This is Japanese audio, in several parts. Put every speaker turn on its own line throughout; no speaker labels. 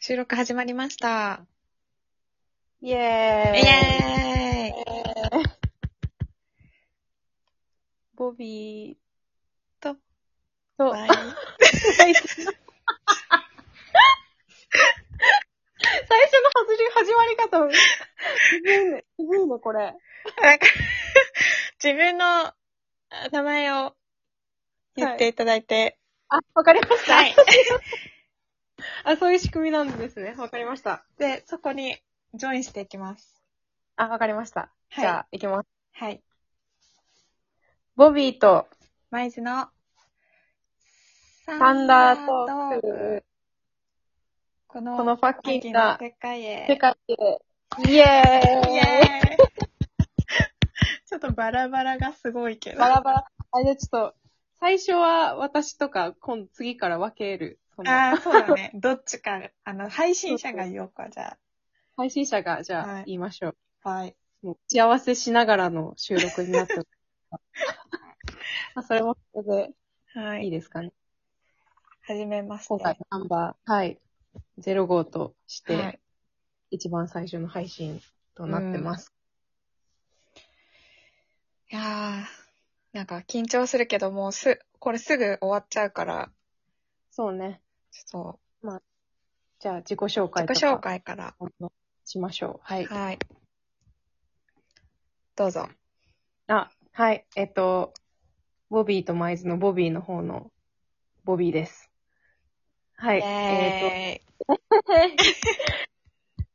収録始まりました。
イエーイ
イエーイ
ボビー
と、
と、
バイ
最初の最初の外れ始まり方、むずいね、むずいね、これ。
なんか 自分のあ名前を言っていただいて。
あ、わかりました。
はい。
あ、そういう仕組みなんですね。わかりました。
で、そこにジョインしていきます。
あ、わかりました。
はい
じゃあ、いきます。
はい。
ボビーと、
マイズのサ
サンダートーク、
この、
このファッ
秋
キン
の
な
世界へ。
世界で、イエーイ
イエーイちょっとバラバラがすごいけど。
バラバラ。あ、じゃあちょっと、最初は私とか、今次から分ける。その
ああ、そうだ ね。どっちか、あの、配信者が言おうか、じゃ
配信者が、じ
は
ゃ
い
あ、言いましょう。
あ。はい。
もう打ち合わせしながらの収録になってます まあ、それもそれ
は
でいい
い。
ですかね。
始めまして。
今回のナンバー、はい、0号とし
は
て
い、
一番最初の配信となってます。
いやー、なんか緊張するけど、もうす、これすぐ終わっちゃうから、
そうね。
ちょ
じゃあ、自己紹
っと、
介とか。
自己紹。介から。
しましょう。はい。
はい。どうぞ。
あ、はい。えっと、ボビーとマイズのボビーの方の、ボビーです。はい。えっ
え
と、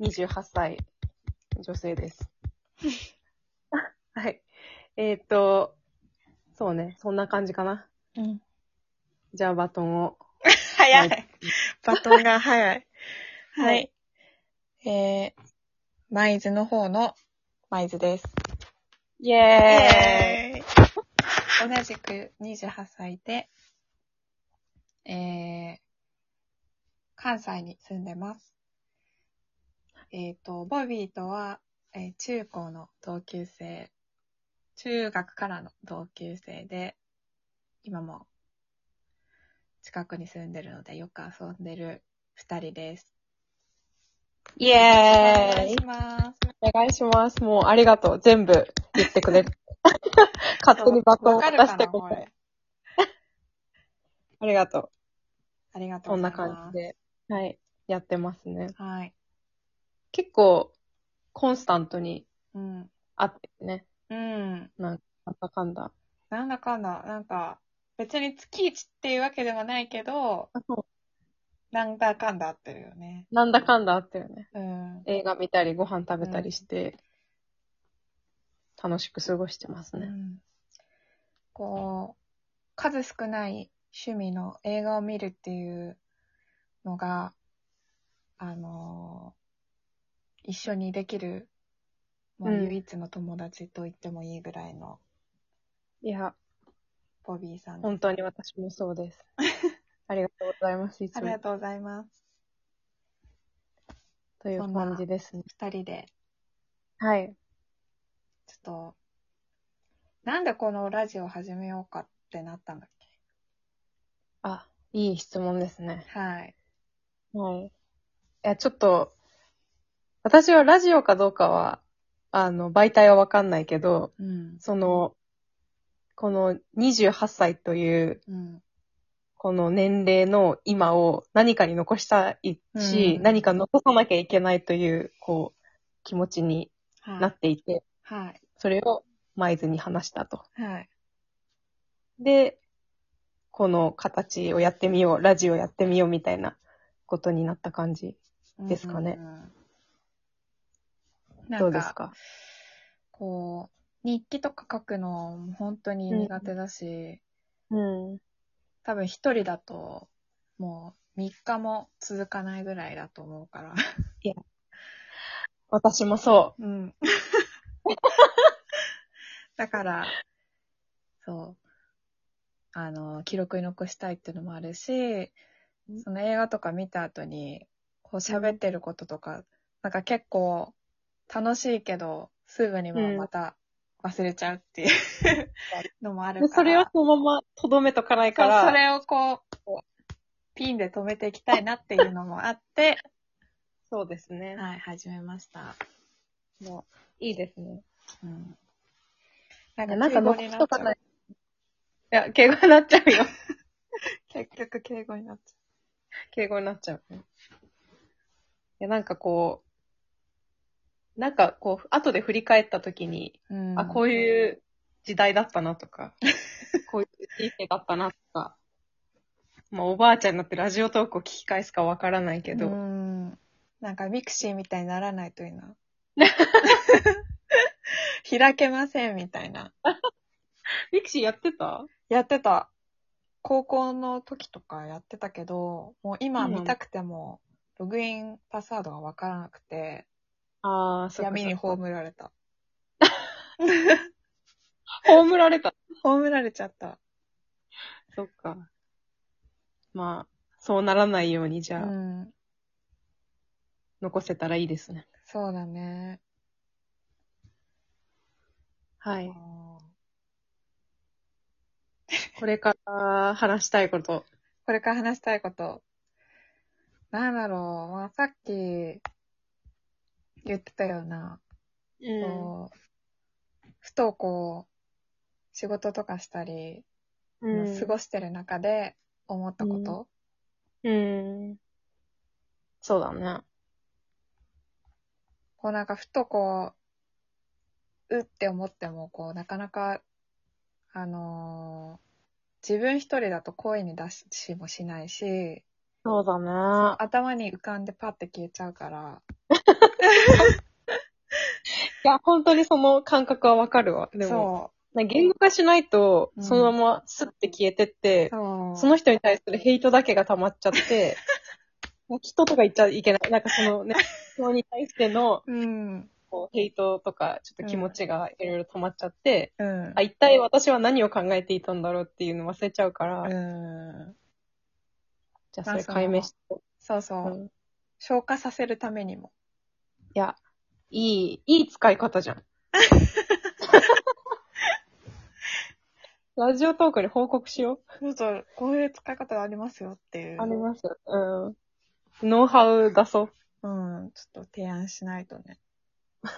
28歳、女性です。はい。えっと、そうね、そんな感じかな。
ーうん。
じゃあ、バトンを。
早い。 バトンが早い。 は。
はい
えー、マイズの方のマイズです。
イエーイ
えー同じく28歳で、えー、関西に住んでます。えっ、と、ボビーとは、えー中高の同級生、中学からの同級生で、今も近くに住んでるのでよく遊んでる二人です。
イ
お
エ
願い
ーイ
します。
お願いします。もう、ありがとう。全部言ってくれ る。勝手にバトンを
わか
渡
るか
し
な
てく
こ
れる。
れ
ありがとう。
ありがとうご
こん
ざい
な
ます。
感じで。はい。やってますね。
はい。
結構、コンスタントに
うん。
あってね。
うん。
なんだかんだ。
なんだかんだ、なんか、別に月一っていうわけではないけど、なんだかんだ合ってるよね。
なんだかんだあったよね。
うん。
映画見たり、ご飯食べたりして、楽しく過ごしてます
う
ね。
ん、こう、数少ない趣味の映画を見るっていうのが、あのー一緒にできる、もう
うん
唯一の友達と言ってもいいぐらいの
いや、
ボビーさんです。
本当に私もそうです。 ありがとうございます。い
あ
つ
りが
も。
とうございます。
という感じですね。
二人で
はい。
ちょっと、なんでこのラジオ始めようかってなったんだっ
あ、いい質問ですね
け。はい。
はい。いや、ちょっと、私はラジオかどうかは、あの、媒体はわかんないけど、
うん。
その、この28歳という、
うん。
この年齢の今を何かに残したいし、
うん
何か残さなきゃいけないという、こう、気持ちにな
は
っていて、
い。はい。
それを舞津に話したと。
はい。
で、この形をやってみよう、ラジオやってみようみたいなことになった感じ。ですかね
うんうんうん。な
どうんです
か、
か
こう、日記とか書くの本当に苦手だし、
うん。
多分一人だと、もう3日も続かないぐらいだと思うから。
私もそ
うん。だから、そう。あの、記録に残したいっていうのもあるし
うん、
その映画とか見た後に、こう喋ってることとか、なんか結構楽しいけど、すぐにもまた忘れちゃうっていうのもあ
う。
る
で、
から。
それをそのままとどめとかないから、
そうそれをこう、ピンで止めていきたいなっていうのもあって、
そうですね。
はい、始めました。
もう、いいですね。
うん。
なんか残しとかないい。いや、敬語になっちゃうよ。
結局敬語になっち
敬語になっちゃうね。いや、なんかこう、なんかこう、後で振り返った時に、
ゃう。うん
あ、こ
いう
いう時代だったなと か、こういう人生だったなとか、まあ、おばあちゃんになってラジオトークを聞き返すかわからないけど、
うん。なんかミクシーみたいにならないといい な。開けませんみたいな。
ミクシーやってた
やってた。高校の時とかやってたけど、もう今見たくても、ログインパスワードがわからなくて、
ああ、そっか
闇に
そっか
葬られた。
葬られた。
葬られちゃった。
そっか。まあ、そうならないように、じ
う
ゃあ、
ん。
残せたらいいですね。
そうだね。
はい
あ。ー
これから話したいこと。
これから話したいこと。なんだろう。まあ、さっき言ってたような、こうふとこう、仕事とかしたり、
うん。
過ごしてる中で思ったこと、
うん。そうだね。
こうなんかふとこう、うって思っても、こうなかなか、あのー自分一人だと声に出しもしないし、
そうだね。
頭に浮かんでパッて消えちゃうから、
いや、本当にその感覚はわかるわ。でも、
そ
なんか言語化しないと、
うん
そのままスッて消えてっ
う、
て、
そう。
その人に対するヘイトだけが溜まっちゃ って、もう人とか言っちゃいけない。なんかそ のね、人に対しての、
うん。
こう、ヘイトとか、ちょっと気持ちがいろいろ溜まっちゃって、
うん
あ、。一体私は何を考えていたんだろうっていうの忘れちゃうから、
うん。
じゃ
ま
あそ
あ
れ解明して、
そうそうう。
ん。い
消化させるためにも。
や、いい、いい使い 方じゃん。ラジオトークに報告しよ。
ちょっと、こういう使い方ありますよっていうう。
あります。うん。ノウハウ出そう。
うん。ちょっと提案しないとね。
い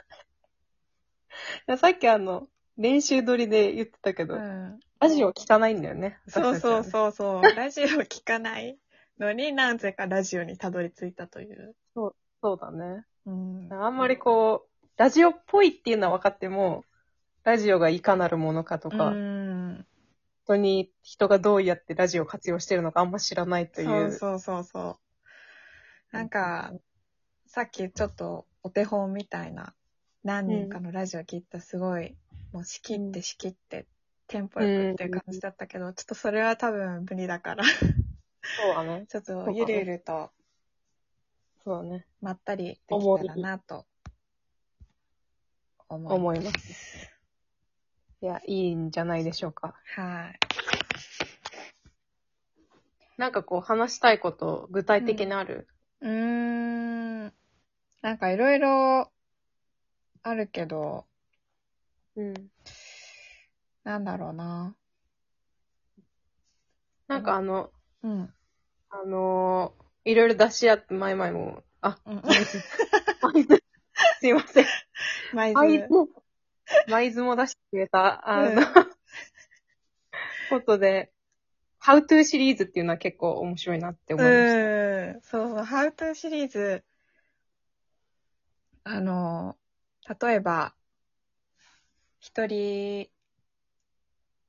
やさっきあの、練習撮りで言ってたけど、
うん。
ラジオ聞かないんだよね。
そうそう
う。
そうそう。ラジオ聞かないのに、なぜかラジオにたどり着いたという。
そうだね。
うん。
あんまりこう、ラジオっぽいっていうのは分かっても、ラジオがいかなるものかとか、
うん。
本当に人がどうやってラジオを活用してるのかあんま知らないとい。
そううそうそうそう。なんか、さっきちょっとお手本みたいな、何人かのラジオ聞いたすごい、もう仕切って仕切って、テンポよくっていう感じだったけど、ちょっとそれは多分無理だから、ち
そうだね。
ょっとゆるゆると
そうだね。
まったりできたらなと思いま
思います。いや、いいんじゃないでしょうか。
す。はい。
なんかこう話したいこと、具体的にある、
うーん。なんかいろいろあるけど、
うん、
なんだろうな。
なんかあの、
うん。
あのーいろいろ出し合って、前々も、あ、
うん。
すいません。
毎
舞
週。
豆。舞豆も出してくれた、あの、
うん
ことで、How to シリーズっていうのは結構面白いなって思いました。
うん。そうそう、ハウトゥーシリーズ。あの、例えば、一人、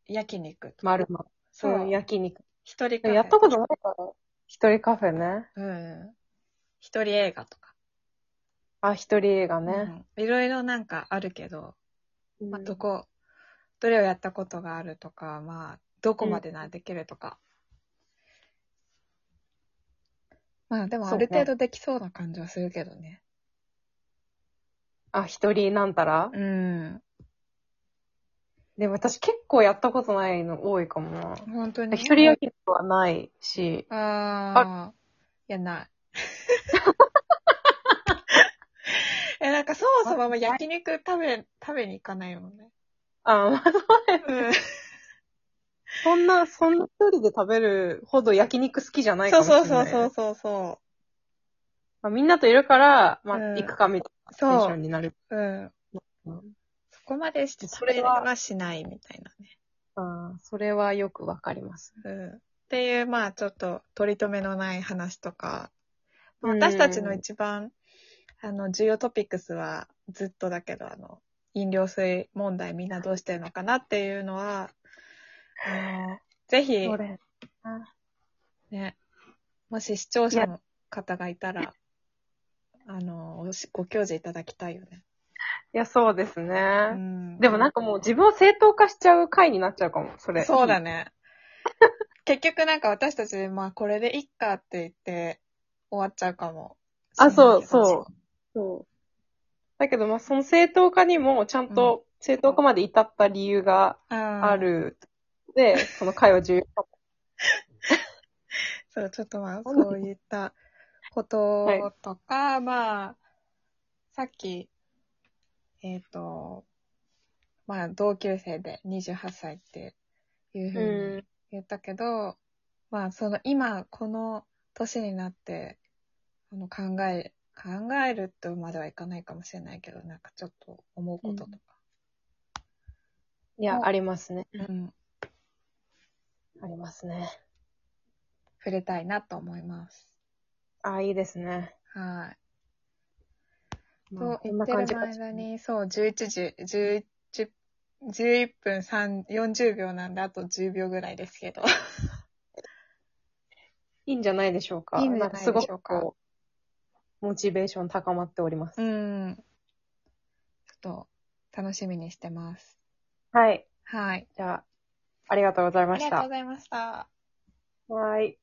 焼肉とか。
丸ま。
そ
そう、
う、
焼肉。
一人カフェ
やったことないから。一人カフェね。
うん。一人映画とか。
あ、一人映画ね。
うん。いろいろなんかあるけど、
うん
まあ、どこ、どれをやったことがあるとか、まあ、どこまでならできるとか。まあ、でもある程度できそうな感じはするけどね。
あ、一人なんたら、
うん。
でも私結構やったことないの多いかもな。
本当に。
一人焼肉はないし、
ああ。いや、 ない。え、なんかそもそも焼 肉食べ、食べに行かないもんね。
あ、まあ、
うん。
そんな、そんな一人で食べるほど焼肉好きじゃないか
そ
も
う
しれな
そ
い。
うそうそう。そうそ
まあ、みんなといるから、まあ、
うん
行くかみ
う。
たいなテンシ
そ
ョン
う。
になる。
うん。そこまでして
そ
食
れ
べ
は
はしないみたいなね。
ああ、それはよくわかります。
うん。っていう、まあちょっと取り留めのない話とか、まあ
うん
私たちの一番、あの、重要トピックスはずっとだけど、あの、飲料水問題みんなどうしてるのかなっていうのは、あの、ぜひ、
れ。
ね、もし視聴者の方がいたら、あの、おしご教示いただきたいよね。
いや、そうです
う
ね。
ん。
でもなんかもう自分を正当化しちゃう回になっちゃうかも、それ。
そうだ
ね。
ね。結局なんか私たち、まあこれでいっかって言って終わっちゃうかも。。
あそうそうそう。だけど、まあ、その正当化にもちゃんと正当化まで至った理由が
あ
あ
る。
る。で、その回は重要かも。
そう、ちょっとまあ
そうなの
そういったこととか、まあ、さっき、えっ、と、まあ同級生で28歳っていうふうに
うん。
言ったけど、まあその今この年になってあの考え考えるとまではいかないかもしれないけどなんかちょっと思うこととか、
いや、ありますね。
うん
ありますね。
触れたいなと思います。
ああ、いいですね。
はい。
まあ
と言ってる間。にそう11時11 11分3 40秒なんであと10秒ぐらいですけど
いいんじゃないでしょうか。
いいんじゃないでしょうか
んすごくこう、モチベーション高まっております。
うんちょっと楽しみにしてます。
はい。
はい。
じゃあ、ありがとうござい
あ
ま
り
し
がとうご。
た
ざいました。
はい。